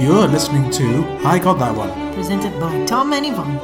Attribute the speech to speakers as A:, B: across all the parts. A: You're listening to I Got That One.
B: presented by Tom and Yvonne.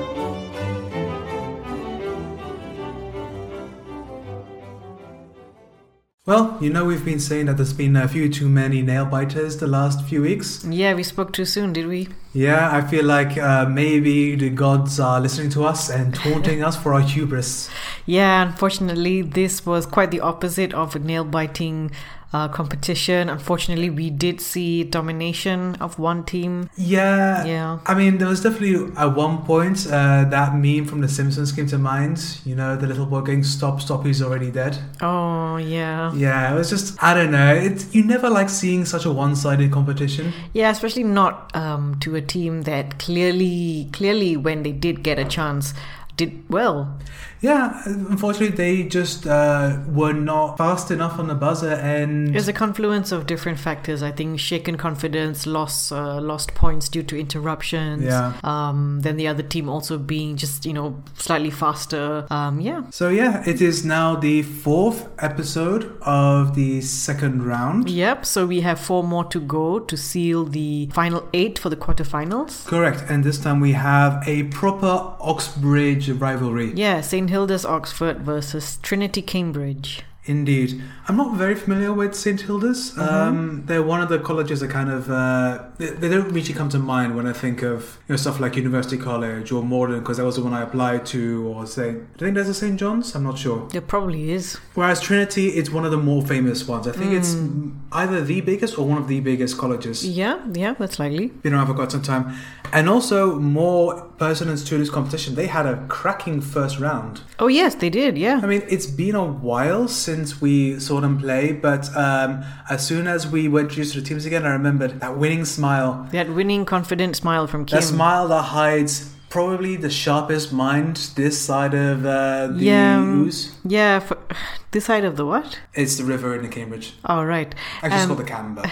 A: Well, you know, we've been saying that there's been a few too many nail biters the last few weeks.
B: Yeah, we spoke too soon, did we?
A: Yeah, I feel like uh, maybe the gods are listening to us and taunting us for our hubris.
B: Yeah, unfortunately, this was quite the opposite of a nail biting uh, competition. Unfortunately, we did see domination of one team.
A: Yeah.
B: Yeah.
A: I mean, there was definitely at one point uh, that meme from The Simpsons came to mind. You know, the little boy going, "Stop, stop! He's already dead."
B: Oh, yeah.
A: Yeah, it was just I don't know. It you never like seeing such a one-sided competition.
B: Yeah, especially not um, to a team that clearly, clearly, when they did get a chance, did well.
A: Yeah, unfortunately, they just uh, were not fast enough on the buzzer, and
B: There's a confluence of different factors. I think shaken confidence, lost uh, lost points due to interruptions.
A: Yeah.
B: Um, then the other team also being just you know slightly faster. Um, yeah.
A: so yeah, it is now the fourth episode of the second round.
B: Yep. So we have four more to go to seal the final eight for the quarterfinals.
A: Correct, and this time we have a proper Oxbridge rivalry.
B: Yeah, St Hilda's Oxford versus Trinity Cambridge.
A: Indeed. I'm not very familiar with St. Hilda's. Um, they're one of the colleges that kind of, uh, they, they don't really come to mind when I think of you know, stuff like University College or Morden, because that was the one I applied to, or say, do you think there's a St. John's? I'm not sure.
B: There probably is.
A: Whereas Trinity, it's one of the more famous ones. I think it's either the biggest or one of the biggest colleges
B: Yeah. Yeah. That's likely.
A: been around for quite some time. And also, more persons to this competition. They had a cracking first round.
B: Oh yes, they did. Yeah.
A: I mean, it's been a while since we saw them play, but um, as soon as we were introduced to the teams again, I remembered that winning smile.
B: That winning, confident smile from Kim.
A: That smile that hides probably the sharpest mind this side of uh, the
B: Yeah.
A: ooze.
B: Yeah. For, this side of the what?
A: It's the river in the Cambridge.
B: All right.
A: Actually, it's
B: Um,
A: called the Camber.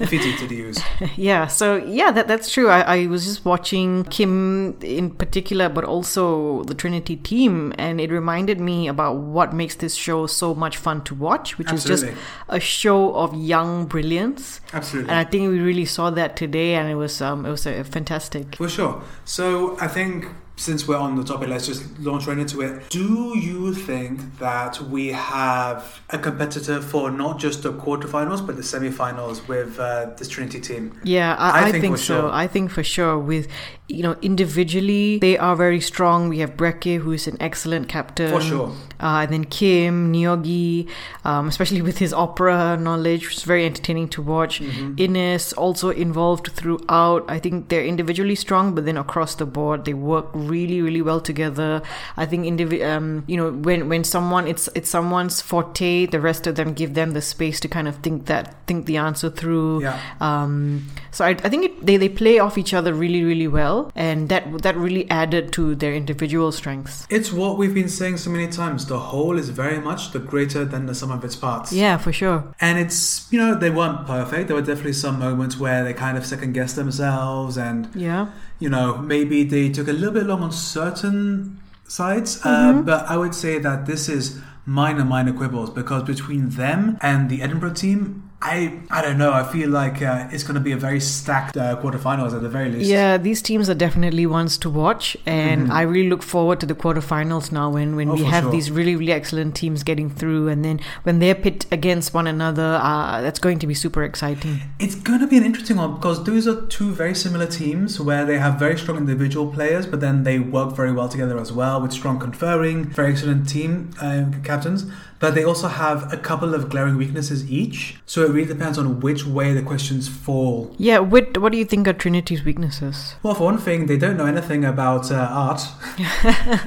A: If you do to the ooze.
B: Yeah, so yeah, that, that's true. I, I was just watching Kim in particular, but also the Trinity team, and it reminded me about what makes this show so much fun to watch, which is
A: Absolutely.
B: just a show of young brilliance.
A: Absolutely.
B: And I think we really saw that today, and it was um, it was uh, fantastic.
A: For sure. So I think since we're on the topic, let's just launch right into it. Do you think that we have a competitor for not just the quarterfinals but the semifinals with uh, this Trinity team?
B: Yeah, I,
A: I
B: I,
A: think
B: think,
A: for
B: so.
A: sure.
B: I think for sure. With you know, individually they are very strong. We have Breke, who is an excellent captain
A: For sure.
B: Uh, and then Kim Nyogi, um, especially with his opera knowledge, which is very entertaining to watch.
A: Mm-hmm.
B: Ines also involved throughout. I think they're individually strong, but then across the board they work really, really well together. I think indivi- um, you know when when someone it's it's someone's forte, the rest of them give them the space to kind of think that think the answer through.
A: Yeah.
B: Um, so I, I think it, they, they play off each other really, really well, and that that really added to their individual strengths.
A: It's what we've been saying so many times. The whole is very much the greater than the sum of its parts.
B: Yeah, for sure.
A: And it's, you know, they weren't perfect. There were definitely some moments where they kind of second guessed themselves and
B: Yeah.
A: you know, maybe they took a little bit long on certain sides, uh, but I would say that this is minor, minor quibbles because between them and the Edinburgh team, I, I don't know. I feel like uh, it's going to be a very stacked uh, quarterfinals at the very least.
B: Yeah, these teams are definitely ones to watch, and I really look forward to the quarterfinals now when, when
A: Mm-hmm.
B: we
A: Oh, for
B: have
A: sure.
B: these really, really excellent teams getting through, and then when they're pit against one another, uh, that's going to be super exciting.
A: It's going to be an interesting one because those are two very similar teams where they have very strong individual players, but then they work very well together as well with strong conferring, very excellent team uh, captains. But they also have a couple of glaring weaknesses each. So it really depends on which way the questions fall.
B: Yeah, what, what do you think are Trinity's weaknesses?
A: Well, for one thing, they don't know anything about uh, art.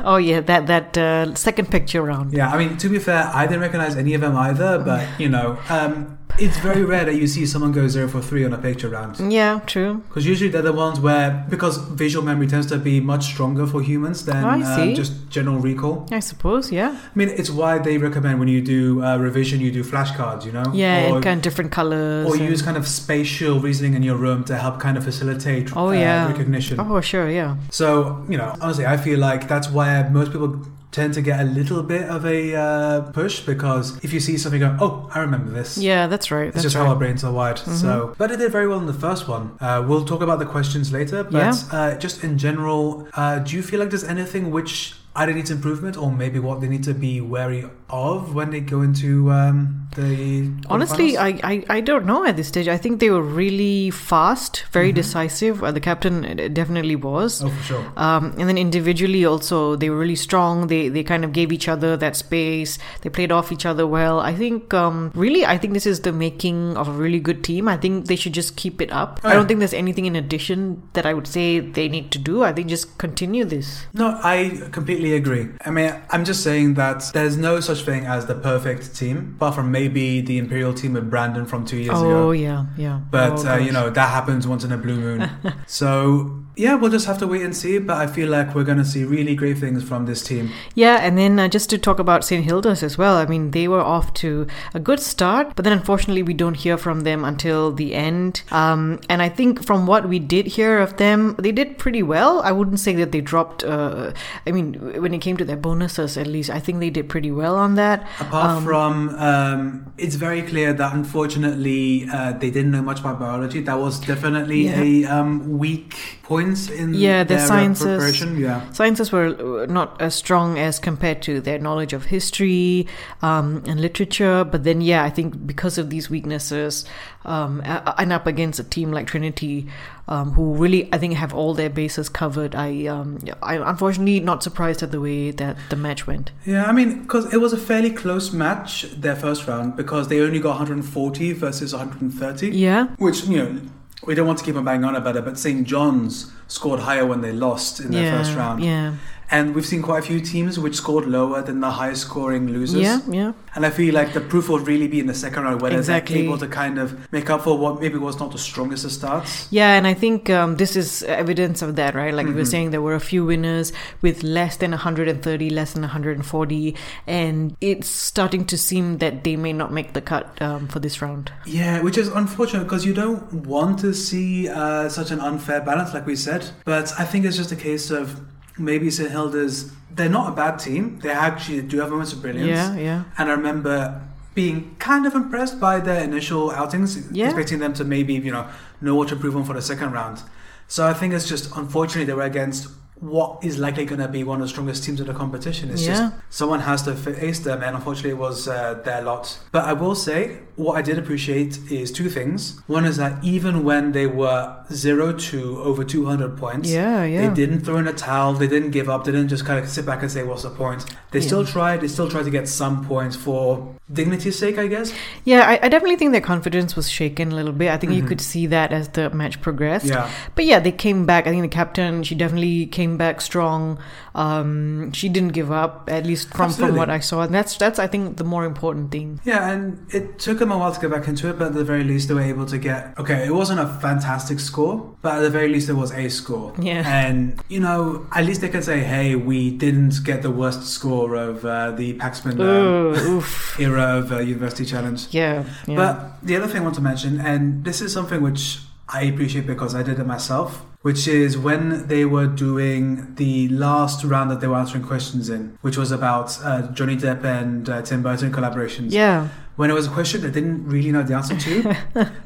B: oh, yeah, that, that uh, second picture round.
A: Yeah, I mean, to be fair, I didn't recognize any of them either, but you know, um, it's very rare that you see someone go zero for three on a picture round.
B: Yeah, true.
A: Because usually they're the ones where, because visual memory tends to be much stronger for humans than
B: Oh, I
A: uh,
B: see.
A: just general recall.
B: I suppose, yeah.
A: I mean, it's why they recommend when you do uh, revision, you do flashcards, you know?
B: Yeah,
A: or,
B: and kind of different colors.
A: or
B: and-
A: use kind of spatial reasoning in your room to help kind of facilitate
B: Oh,
A: uh,
B: yeah.
A: recognition.
B: Oh, sure, yeah.
A: So, you know, honestly, I feel like that's where most people tend to get a little bit of a uh, push because if you see something go, oh, I remember this.
B: Yeah, that's right.
A: It's
B: That's
A: just
B: right. Mm-hmm.
A: how our brains are wired. So, but it did very well in the first one. Uh, we'll talk about the questions later. But uh, just in general, uh, do you feel like there's anything which either needs improvement or maybe what they need to be wary of when they go into um, the
B: Honestly,
A: quarterfinals?
B: I, I, I don't know at this stage. I think they were really fast, very decisive. Uh, the captain uh, definitely was.
A: Mm-hmm. oh for sure.
B: Um, and then individually also they were really strong they they kind of gave each other that space they played off each other well i think um, really i think this is the making of a really good team i think they should just keep it up i
A: yeah.
B: don't think there's anything in addition that i would say they need to do i think just continue this
A: No, I completely agree. I mean, I'm just saying that there's no such thing as the perfect team, apart from maybe the Imperial team with Brandon from two years ago.
B: oh yeah yeah
A: But
B: Oh,
A: uh, you
B: gosh.
A: know that happens once in a blue moon. so yeah, we'll just have to wait and see. But I feel like we're gonna see really great things from this team.
B: Yeah, and then uh, just to talk about St. Hilda's as well, I mean, they were off to a good start, but then unfortunately, we don't hear from them until the end. Um, and I think from what we did hear of them, they did pretty well. I wouldn't say that they dropped, uh, I mean, when it came to their bonuses, at least, I think they did pretty well on that.
A: Apart from, um, it's very clear that unfortunately uh, they didn't know much about biology. That was definitely a um, weak point in
B: Yeah, their
A: uh,
B: sciences.
A: preparation. Yeah.
B: Sciences were uh, not as strong as compared to their knowledge of history um, and literature, but then, yeah, I think because of these weaknesses, um, a- and up against a team like Trinity, um, who really, I think, have all their bases covered. I, um, I'm unfortunately not surprised at the way that the match went.
A: Yeah, I mean, because it was a fairly close match their first round because they only got 140 versus 130.
B: Yeah,
A: Which, you know, we don't want to keep on banging on about it, but St. John's scored higher when they lost in their
B: yeah,
A: first round.
B: Yeah,
A: And we've seen quite a few teams which scored lower than the highest scoring losers.
B: yeah, yeah.
A: And I feel like the proof will really be in the second round, whether
B: Exactly.
A: they're able to kind of make up for what maybe was not the strongest of starts.
B: Yeah, and I think um, this is evidence of that, right? Like we were
A: Mhm.
B: saying, there were a few winners with less than 130, less than 140, and it's starting to seem that they may not make the cut um, for this round.
A: Yeah, which is unfortunate because you don't want to see uh, such an unfair balance, like we said. But I think it's just a case of maybe St Hilda's. They're not a bad team. They actually do have moments of brilliance.
B: Yeah, yeah.
A: And I remember being kind of impressed by their initial outings,
B: Yeah.
A: expecting them to maybe you know know what to improve on for the second round. So I think it's just unfortunately they were against what is likely going to be one of the strongest teams in the competition. It's
B: Yeah.
A: just someone has to face them, and unfortunately it was uh, their lot. But I will say what I did appreciate is two things. One is that even when they were zero to over two hundred points,
B: Yeah, yeah.
A: they didn't throw in a towel. They didn't give up. They didn't just kind of sit back and say, "What's the point?" They
B: Yeah.
A: still tried. They still tried to get some points for dignity's sake, I guess.
B: Yeah, I, I definitely think their confidence was shaken a little bit. I think you
A: Mhm.
B: could see that as the match progressed.
A: Yeah.
B: But yeah, they came back. I think the captain, she definitely came back strong. Um, she didn't give up, at least from, from
A: Absolutely.
B: what I saw. And that's, that's, I think, the more important thing.
A: Yeah, and it took them a while to get back into it, but at the very least, they were able to get. Okay, it wasn't a fantastic score, but at the very least, it was a score.
B: Yeah.
A: And, you know, at least they can say, hey, we didn't get the worst score of uh, the Paxman um,
B: Ugh, oof.
A: era of uh, University Challenge.
B: Yeah, yeah.
A: But the other thing I want to mention, and this is something which I appreciate because I did it myself, which is when they were doing the last round that they were answering questions in, which was about uh, Johnny Depp and uh, Tim Burton collaborations.
B: yeah.
A: When it was a question they didn't really know the answer to,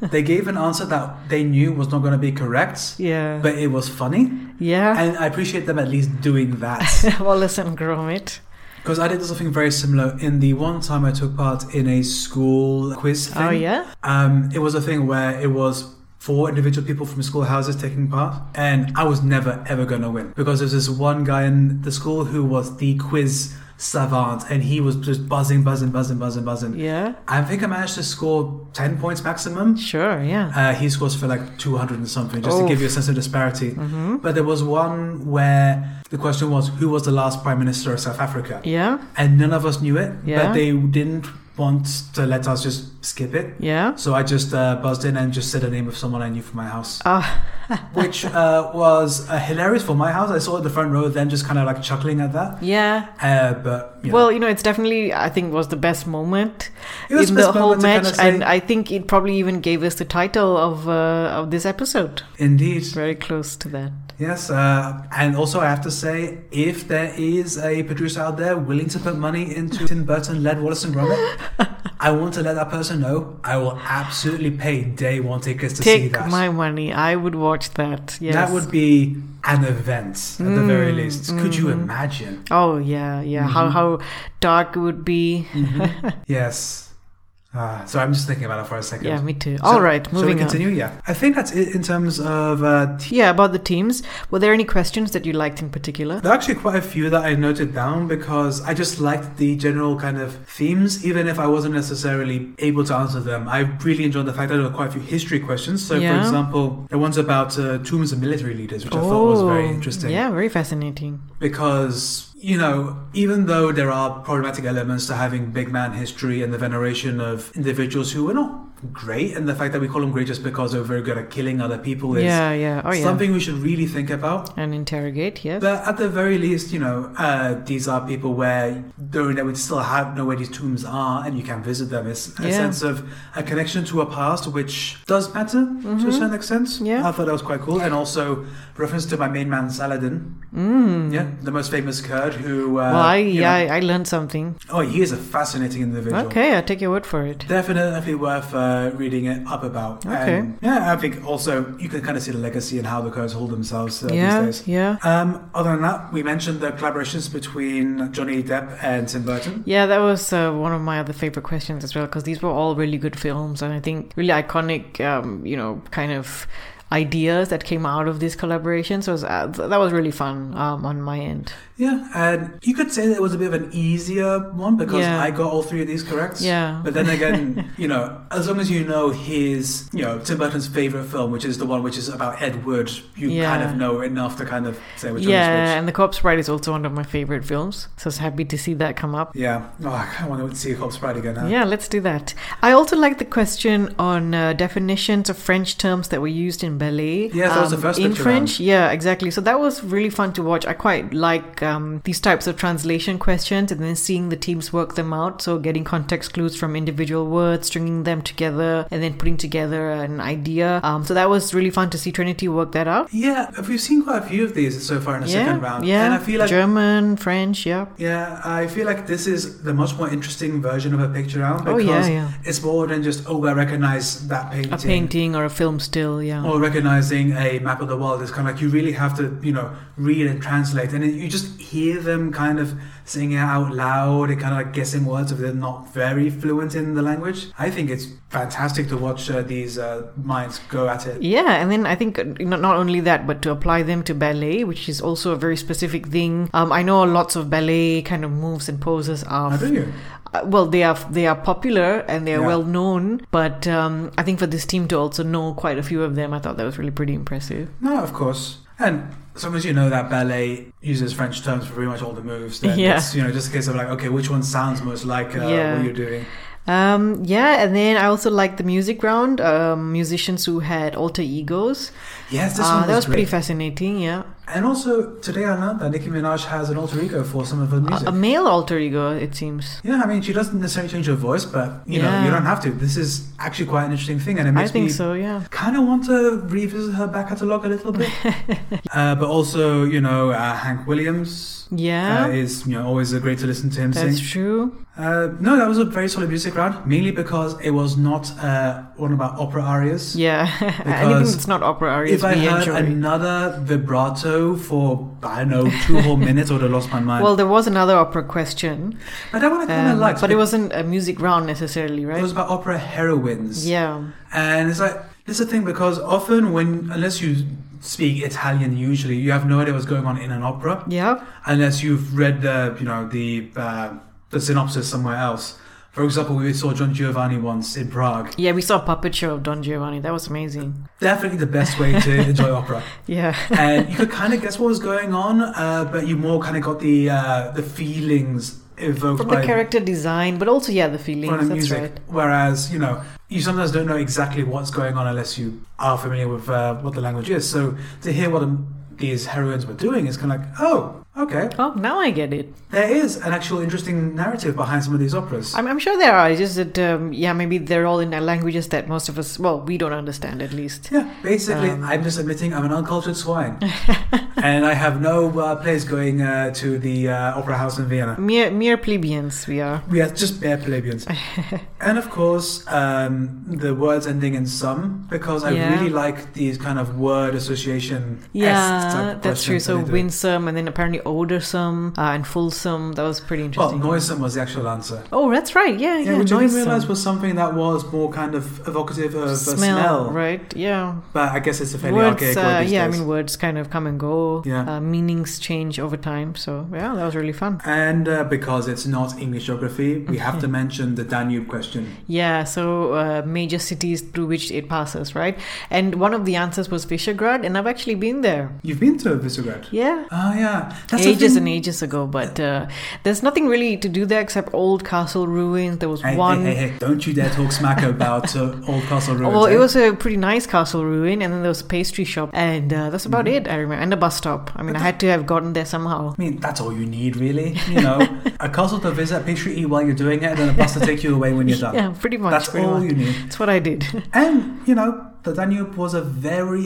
A: they gave an answer that they knew was not going to be correct,
B: Yeah.
A: but it was funny.
B: yeah.
A: And I appreciate them at least doing that.
B: well, listen, Gromit.
A: Because I did something very similar in the one time I took part in a school quiz thing.
B: Oh, yeah?
A: Um, it was a thing where it was four individual people from schoolhouses taking part, and I was never ever going to win because there's this one guy in the school who was the quiz savant, and he was just buzzing, buzzing, buzzing, buzzing, buzzing.
B: Yeah.
A: I think I managed to score ten points maximum.
B: Sure, yeah.
A: Uh, he scores for like 200 and something, just
B: Oh.
A: to give you a sense of disparity. But there was one where the question was, who was the last prime minister of South Africa?
B: Yeah,
A: and none of us knew it.
B: Yeah.
A: But they didn't want to let us just skip it.
B: yeah.
A: So I just uh, buzzed in and just said the name of someone I knew from my house,
B: Ah,
A: which uh, was uh, hilarious for my house. I saw it in the front row, then just kind of like chuckling at that.
B: yeah.
A: Uh, but you know,
B: Well, you know, it's definitely, I think, was the best moment
A: It was
B: in
A: the
B: the
A: best
B: whole
A: moment to
B: match,
A: kinda say-
B: and I think it probably even gave us the title of uh, of this episode.
A: indeed.
B: Very close to that.
A: Yes, uh, and also I have to say, if there is a producer out there willing to put money into Tim Burton led Wallace and Gromit, I want to let that person know. I will absolutely pay day one tickets to see
B: Take
A: that.
B: my money. I would watch that. Yes. Mm,
A: That would be an event at the very least. Could you imagine?
B: Oh yeah, yeah.
A: Mm-hmm.
B: How how dark it would be.
A: Yes. Uh, so I'm just thinking about it for a second.
B: Yeah, me too.
A: So-
B: All right,
A: Shall
B: moving
A: we
B: on.
A: continue? Yeah, I think that's it in terms of uh,
B: Yeah, about the teams. Were there any questions that you liked in particular?
A: There are actually quite a few that I noted down because I just liked the general kind of themes, even if I wasn't necessarily able to answer them. I really enjoyed the fact that there were quite a few history questions. So, for
B: Yeah.
A: example, the ones about uh, tombs of military leaders, which I thought was very
B: Oh,
A: interesting
B: Yeah, very fascinating.
A: because you know even though there are problematic elements to having big man history and the veneration of individuals who were not great and the fact that we call them great just because they're very good at killing other people is
B: yeah, yeah. Oh yeah.
A: something we should really think about
B: and interrogate. Yes.
A: but at the very least, you know, uh, these are people where though they would still have know where these tombs are and you can visit them. It's a
B: Yeah.
A: sense of a connection to a past which does matter to a certain extent.
B: Mm-hmm. Yeah.
A: I thought that was quite cool. And also reference to my main man Saladin. Mm. Yeah. The most famous Kurd who uh,
B: well, I
A: you know-
B: yeah, I, I learned something.
A: Oh he is a fascinating individual.
B: Okay, I take your word for it.
A: Definitely worth uh, reading it up about.
B: Okay.
A: And, yeah, I think also you can kind of see the legacy and how the Kurds hold themselves uh, these
B: yeah,
A: days.
B: yeah,
A: Um, other than that, we mentioned the collaborations between Johnny Depp and Tim Burton.
B: yeah. That was uh, one of my other favorite questions as well because these were all really good films and I think really iconic, um, you know, kind of ideas that came out of these collaborations. So it was, uh, th- that was really fun um, on my end.
A: Yeah, and you could say that it was a bit of an easier one because
B: Yeah.
A: I got all three of these correct.
B: Yeah.
A: But then again, you know, as long as you know his, you know, Tim Burton's favorite film, which is the one which is about Ed Wood, you
B: Yeah.
A: kind of know enough to kind of say which one is
B: yeah,
A: which.
B: and the Corpse Bride is also one of my favorite films. So I was happy to see that come up.
A: Yeah. Oh, I kind of want to see Corpse Bride again. Huh?
B: Yeah, let's do that. I also like the question on uh, definitions of French terms that were used in ballet. um,
A: Yes, that was the first
B: in
A: picture
B: French. Yeah, exactly. So that was really fun to watch. I quite like um, these types of translation questions, and then seeing the teams work them out. So getting context clues from individual words, stringing them together, and then putting together an idea. Um, so that was really fun to see Trinity work that out.
A: Yeah, we've seen quite a few of these so far in the
B: yeah,
A: second round.
B: yeah.
A: And I feel like
B: German, French. Yeah.
A: Yeah, I feel like this is the much more interesting version of a picture round
B: Oh,
A: because
B: yeah, yeah.
A: it's more than just oh I recognize that painting.
B: A painting or a film still, yeah.
A: Or recognizing a map of the world It's kind of like you really have to, you know, read and translate, and you just hear them kind of singing it out loud and kind of like guessing words if they're not very fluent in the language. I think it's fantastic to watch uh, these uh, minds go at it.
B: Yeah, and then I think uh, not, not only that, but to apply them to ballet, which is also a very specific thing. Um, I know lots of ballet kind of moves and poses are
A: How do you?
B: uh, well, they are they are popular and they are
A: Yeah.
B: well known. But um, I think for this team to also know quite a few of them, I thought that was really pretty impressive.
A: No, of course. And as long as you know that ballet uses French terms for pretty much all the moves, then
B: Yeah.
A: it's, you know, just a case of like, okay, which one sounds most like uh,
B: Yeah.
A: what you're doing?
B: Um, yeah, and then I also liked the music round. Um, musicians who had alter egos.
A: Yes, this
B: Uh,
A: one was
B: that was
A: great.
B: pretty fascinating. Yeah,
A: And also, today I learned that Nicki Minaj has an alter ego for some of her
B: a,
A: music.
B: a male alter ego, it seems.
A: yeah, I mean, she doesn't necessarily change her voice, but you know,
B: Yeah.
A: you don't have to. This is actually quite an interesting thing, and it
B: I
A: makes
B: think
A: me
B: so. Yeah.
A: kind of want to revisit her back catalog a little bit. uh, but also, you know, uh, Hank Williams uh,
B: Yeah.
A: is you know always uh, great to listen to him sing.
B: that's true.
A: Uh, no, that was a very solid music round, mainly because it was not uh, one about opera arias.
B: Yeah, anything
A: Because
B: that's not opera E arias
A: If I
B: we
A: heard
B: enjoy.
A: another vibrato for, I don't know, two whole minutes, I would have lost my mind.
B: well, there was another opera question,
A: but that one I kind of
B: um,
A: liked.
B: but it
A: be-
B: wasn't a music round necessarily,
A: it was
B: right?
A: about opera heroines.
B: Yeah,
A: And it's like, this is the thing, because often when, unless you speak Italian usually, you have no idea what's going on in an opera,
B: yeah,
A: unless you've read the, you know, the, uh, the synopsis somewhere else. For example, we saw John Giovanni once in Prague.
B: yeah. We saw a puppet show of Don Giovanni. That was amazing.
A: Definitely the best way to enjoy opera.
B: Yeah,
A: and you could kind of guess what was going on, uh, but you more kind of got the uh, the feelings evoked
B: from
A: by
B: the character design, but also yeah, the
A: by
B: feelings.
A: the
B: That's
A: music.
B: right.
A: Whereas you know you sometimes don't know exactly what's going on unless you are familiar with uh, what the language is. So to hear what um, these heroines were doing is kind of like, oh, Okay.
B: Oh, now I get it.
A: There is an actual interesting narrative behind some of these operas.
B: I'm, I'm sure there are. It's just that, um, yeah, maybe they're all in uh, languages that most of us, well, we don't understand at least.
A: yeah, basically,
B: Um.
A: I'm just admitting I'm an uncultured swine. and I have no uh, plays going uh, to the uh, Opera House in Vienna.
B: Mere, mere plebeians we are.
A: We are just bare plebeians. and of course, um, the words ending in some, because I
B: Yeah.
A: really like these kind of word association.
B: Yeah, that's true. So winsome, and then apparently odorsome uh, and fulsome. That was pretty
A: Well,
B: interesting.
A: noisome was the actual answer.
B: oh, that's right. Yeah, yeah.
A: Oh, Yeah, which I didn't
B: noisome.
A: realize was something that was more kind of evocative of a smell.
B: smell, right? Yeah.
A: But I guess it's a fairly
B: Words,
A: archaic
B: uh,
A: word these
B: yeah, I
A: days.
B: mean, words kind of come and go.
A: Yeah.
B: Uh, meanings change over time. So, yeah, that was really fun.
A: and uh, because it's not English geography, we have to mention the Danube question.
B: Yeah, so uh, major cities through which it passes, right? And one of the answers was Visegrad, and I've actually been there.
A: You've been to Visegrad?
B: Yeah.
A: Ah, yeah. That's the
B: ages
A: thing.
B: and ages ago, but uh, there's nothing really to do there except old castle ruins. There was
A: Hey,
B: one.
A: hey, hey, hey, don't you dare talk smack about uh, Old Castle Ruins.
B: well,
A: eh?
B: it was a pretty nice castle ruin, and then there was a pastry shop, and uh, that's about
A: Mm-hmm.
B: it. I remember, and a bus stop. I mean, I had to have gotten there somehow.
A: I mean, that's all you need, really. You know, a castle to visit, pastry eat while you're doing it, and then a bus to take you away when you're done.
B: Yeah, pretty much.
A: that's
B: pretty
A: all
B: much.
A: you need.
B: That's what I did.
A: And, you know, the Danube was a very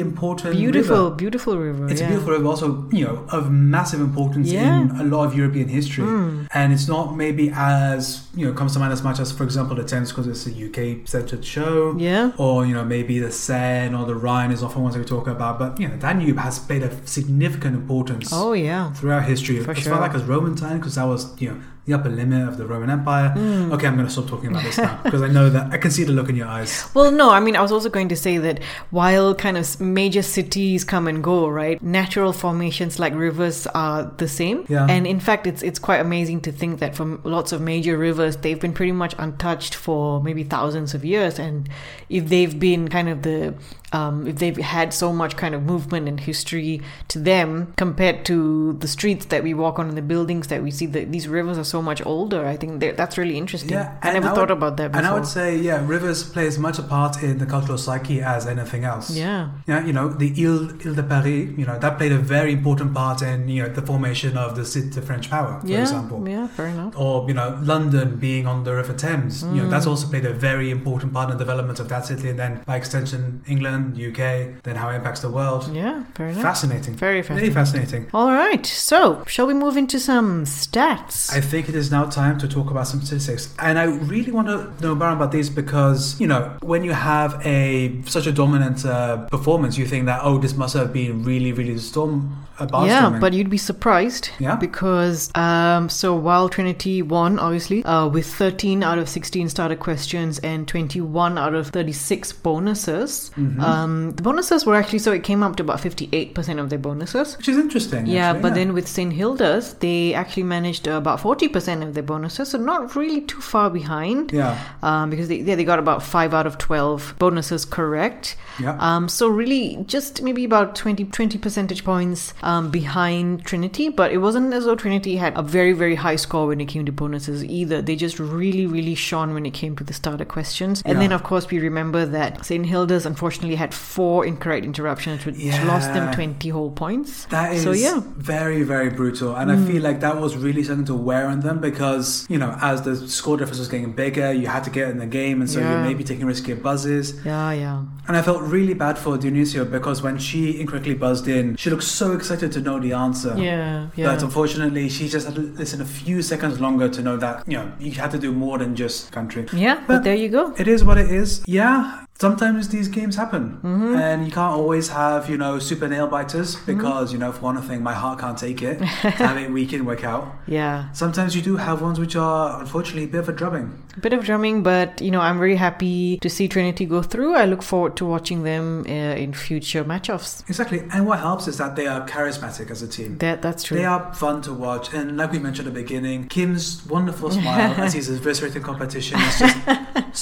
A: important
B: beautiful,
A: river.
B: beautiful river.
A: It's
B: yeah.
A: a beautiful river, also, you know, of massive importance
B: Yeah. Hmm.
A: in a lot of European history. And it's not maybe as, you know, comes to mind as much as, for example, the Thames, because it's a UK centered show.
B: Yeah.
A: Or, you know, maybe the Seine or the Rhine is often ones we talk about. But, you know, Danube has played a significant importance
B: Oh yeah.
A: throughout history
B: For
A: as
B: sure.
A: far back as Roman time because that was you know the upper limit of the Roman Empire.
B: Mm.
A: Okay, I'm going to stop talking about this now because I know that I can see the look in your eyes.
B: Well, no, I mean, I was also going to say that while kind of s- major cities come and go, right? Natural formations like rivers are the same,
A: Yeah.
B: and in fact, it's it's quite amazing to think that for m- lots of major rivers, they've been pretty much untouched for maybe thousands of years, and if they've been kind of the um, if they've had so much kind of movement and history to them compared to the streets that we walk on and the buildings that we see, that these rivers are so much older. I think that- that's really interesting.
A: Yeah,
B: I
A: and
B: never
A: I
B: thought
A: would-
B: about that before.
A: And I would say, yeah, rivers play as much a part in the cultural psyche as anything else.
B: yeah.
A: Yeah, you know, the Ile, Ile de Paris, you know, that played a very important part in, you know, the formation of the, Cid- the French power, for
B: yeah,
A: example.
B: Yeah, fair enough.
A: Or, you know, London being on the River Thames, you know, that's
B: Mm.
A: also played a very important part in the development of that city and then, by extension, England, UK, then how it impacts the world.
B: Yeah, fair enough.
A: Fascinating.
B: Very
A: Very
B: fascinating.
A: fascinating.
B: All right, so shall we move into some stats?
A: I think it is now time to talk about some statistics, and I really want to know more about these because you know when you have a such a dominant uh, performance, you think that oh this must have been really really storm uh,
B: yeah,
A: barnstorming.
B: but you'd be surprised
A: Yeah.
B: because um, so while Trinity won, obviously, uh, with 13 out of 16 starter questions and 21 out of 36 bonuses,
A: Mm-hmm.
B: um, the bonuses were actually so it came up to about 58% of their bonuses.
A: which is interesting.
B: Yeah,
A: actually,
B: but then with St. Hilda's, they actually managed uh, about 40% of their bonuses, so not really too far behind.
A: yeah,
B: um, because they, yeah, they got about five out of 12 bonuses correct.
A: yeah,
B: Um, so really just maybe about 20, 20 percentage points um, behind Trinity, but it wasn't as though Trinity had a very, very high score when it came to bonuses either. They just really, really shone when it came to the starter questions. And
A: Yeah.
B: then, of course, we remember that St. Hilda's unfortunately had four incorrect interruptions, which
A: Yeah.
B: lost them 20 whole points.
A: that is
B: so yeah. Mm.
A: very very brutal, and I feel like that was really something to wear on them because you know as the score difference was getting bigger, you had to get in the game, and so
B: Yeah.
A: you're maybe taking riskier buzzes.
B: Yeah, yeah.
A: And I felt really bad for Dionisio because when she incorrectly buzzed in, she looked so excited to know the answer.
B: Yeah, yeah.
A: But unfortunately, she just had to listen a few seconds longer to know that, you know, you had to do more than just country.
B: yeah, but,
A: but-
B: there you go.
A: It is what it is. Yeah, sometimes these games happen.
B: Mm-hmm.
A: And you can't always have, you know, super nail biters because, you know, for one thing, my heart can't take it. Have it week in, week out.
B: Yeah.
A: Sometimes you do have ones which are, unfortunately, a bit of a drubbing.
B: bit of drumming but you know i'm very happy to see trinity go through i look forward to watching them uh, in future match-offs
A: Exactly. And what helps is that they are charismatic as a team.
B: that that's true
A: They are fun to watch, and like we mentioned at the beginning, Kim's wonderful smile as he's eviscerating competition is just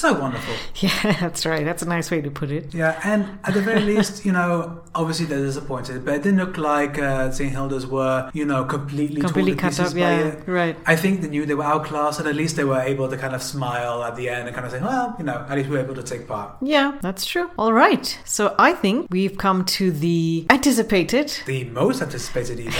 A: so wonderful.
B: yeah that's right that's nice way to put it.
A: Yeah, and at the very least, you know, obviously they're disappointed, but it didn't look like uh, St. Hilda's were, you know, completely,
B: Completely
A: torn
B: cut
A: to pieces
B: up,
A: by
B: yeah.
A: it.
B: Right.
A: I think they knew they were outclassed, and at least they were able to kind of smile at the end and kind of say, well, you know, at least we were able to take part.
B: Yeah, that's true. All right. So I think we've come to the anticipated
A: The most anticipated even,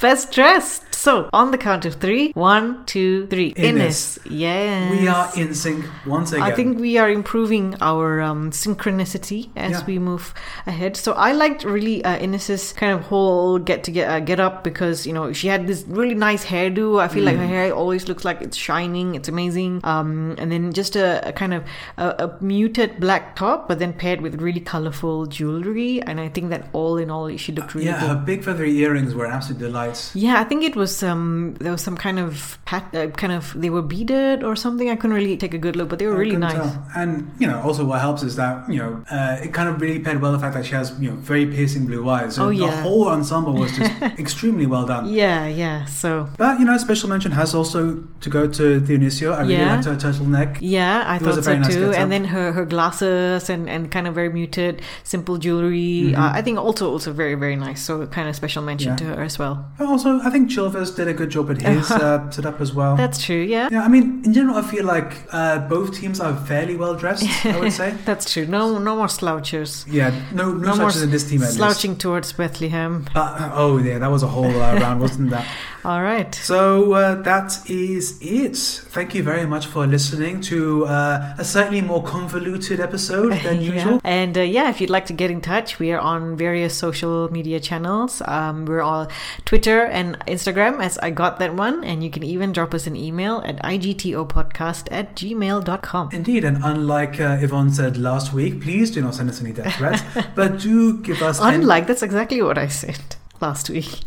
B: best dressed. So on the count of three, one, two, three.
A: Ines.
B: Ines. Yes.
A: we are in sync once again.
B: I think we are improving our um, synchronicity as
A: Yeah.
B: we move ahead. So I liked really uh, Ines' kind of whole get to get uh, get up because you know she had this really nice hairdo. I feel like
A: Mm.
B: her hair always looks like it's shining. It's amazing. Um, and then just a, a kind of a, a muted black top, but then paired with really colorful jewelry. And I think that all in all, she looked really
A: yeah,
B: good.
A: her big feathery earrings were an absolute delight.
B: Yeah, I think it was um there was some kind of pat uh, kind of they were beaded or something. I couldn't really take a good look, but they were
A: I
B: really
A: couldn't
B: nice.
A: tell. And you know, also what helps is that you know uh, it kind of really paired well the fact that she has you know very piercing blue eyes. So
B: Oh,
A: the
B: yeah.
A: whole ensemble was just extremely well done.
B: Yeah, yeah. So
A: But you know, special mention has also to go to Dionisio. I really
B: Yeah.
A: liked her turtleneck.
B: yeah, I
A: It was a
B: thought so
A: very nice
B: too.
A: getup.
B: and then her her glasses and and kind of very muted, simple jewelry. Uh, I think also also very very nice. So kind of special mention
A: Mm-hmm. Yeah.
B: to her as well.
A: But also, I think Chilvers did a good job at his uh, setup as well.
B: That's true. Yeah.
A: yeah, I mean, in general, I feel like uh, both teams are fairly well dressed. I would say.
B: That's true. No, no more slouchers.
A: Yeah, no, no,
B: No more
A: slouches in this team at least.
B: Slouching towards Bethlehem.
A: But, oh yeah, that was a whole uh, round, wasn't that?
B: All right.
A: So uh, that is it. Thank you very much for listening to uh, a slightly more convoluted episode than
B: Yeah.
A: usual.
B: And uh, yeah, if you'd like to get in touch, we are on various social media channels. Um, we're all Twitter and Instagram as I Got That One. And you can even drop us an email at igtopodcast at gmail.com.
A: Indeed, and unlike uh, Yvonne said last week, please do not send us any death threats, but do give us any-
B: Unlike, that's exactly what I said last week.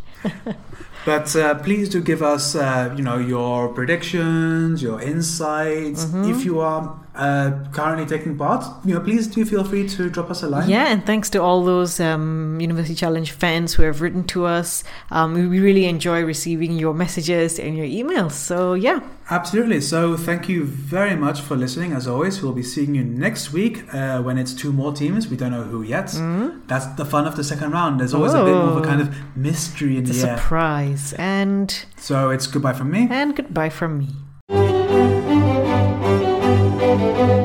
A: but uh, please do give us uh, you know your predictions, your insights.
B: Mm-hmm.
A: If you are uh, currently taking part, you know please do feel free to drop us a line.
B: Yeah, and thanks to all those um, University Challenge fans who have written to us. Um, we- we really enjoy receiving your messages and your emails. So yeah,
A: Absolutely. So, thank you very much for listening. As always, we'll be seeing you next week uh, when it's two more teams. We don't know who yet.
B: Mm-hmm.
A: That's the fun of the second round. There's always a bit more of a
B: Oh.
A: kind of mystery in
B: it's
A: the
B: a
A: air.
B: surprise. And
A: So, it's goodbye from me.
B: and goodbye from me.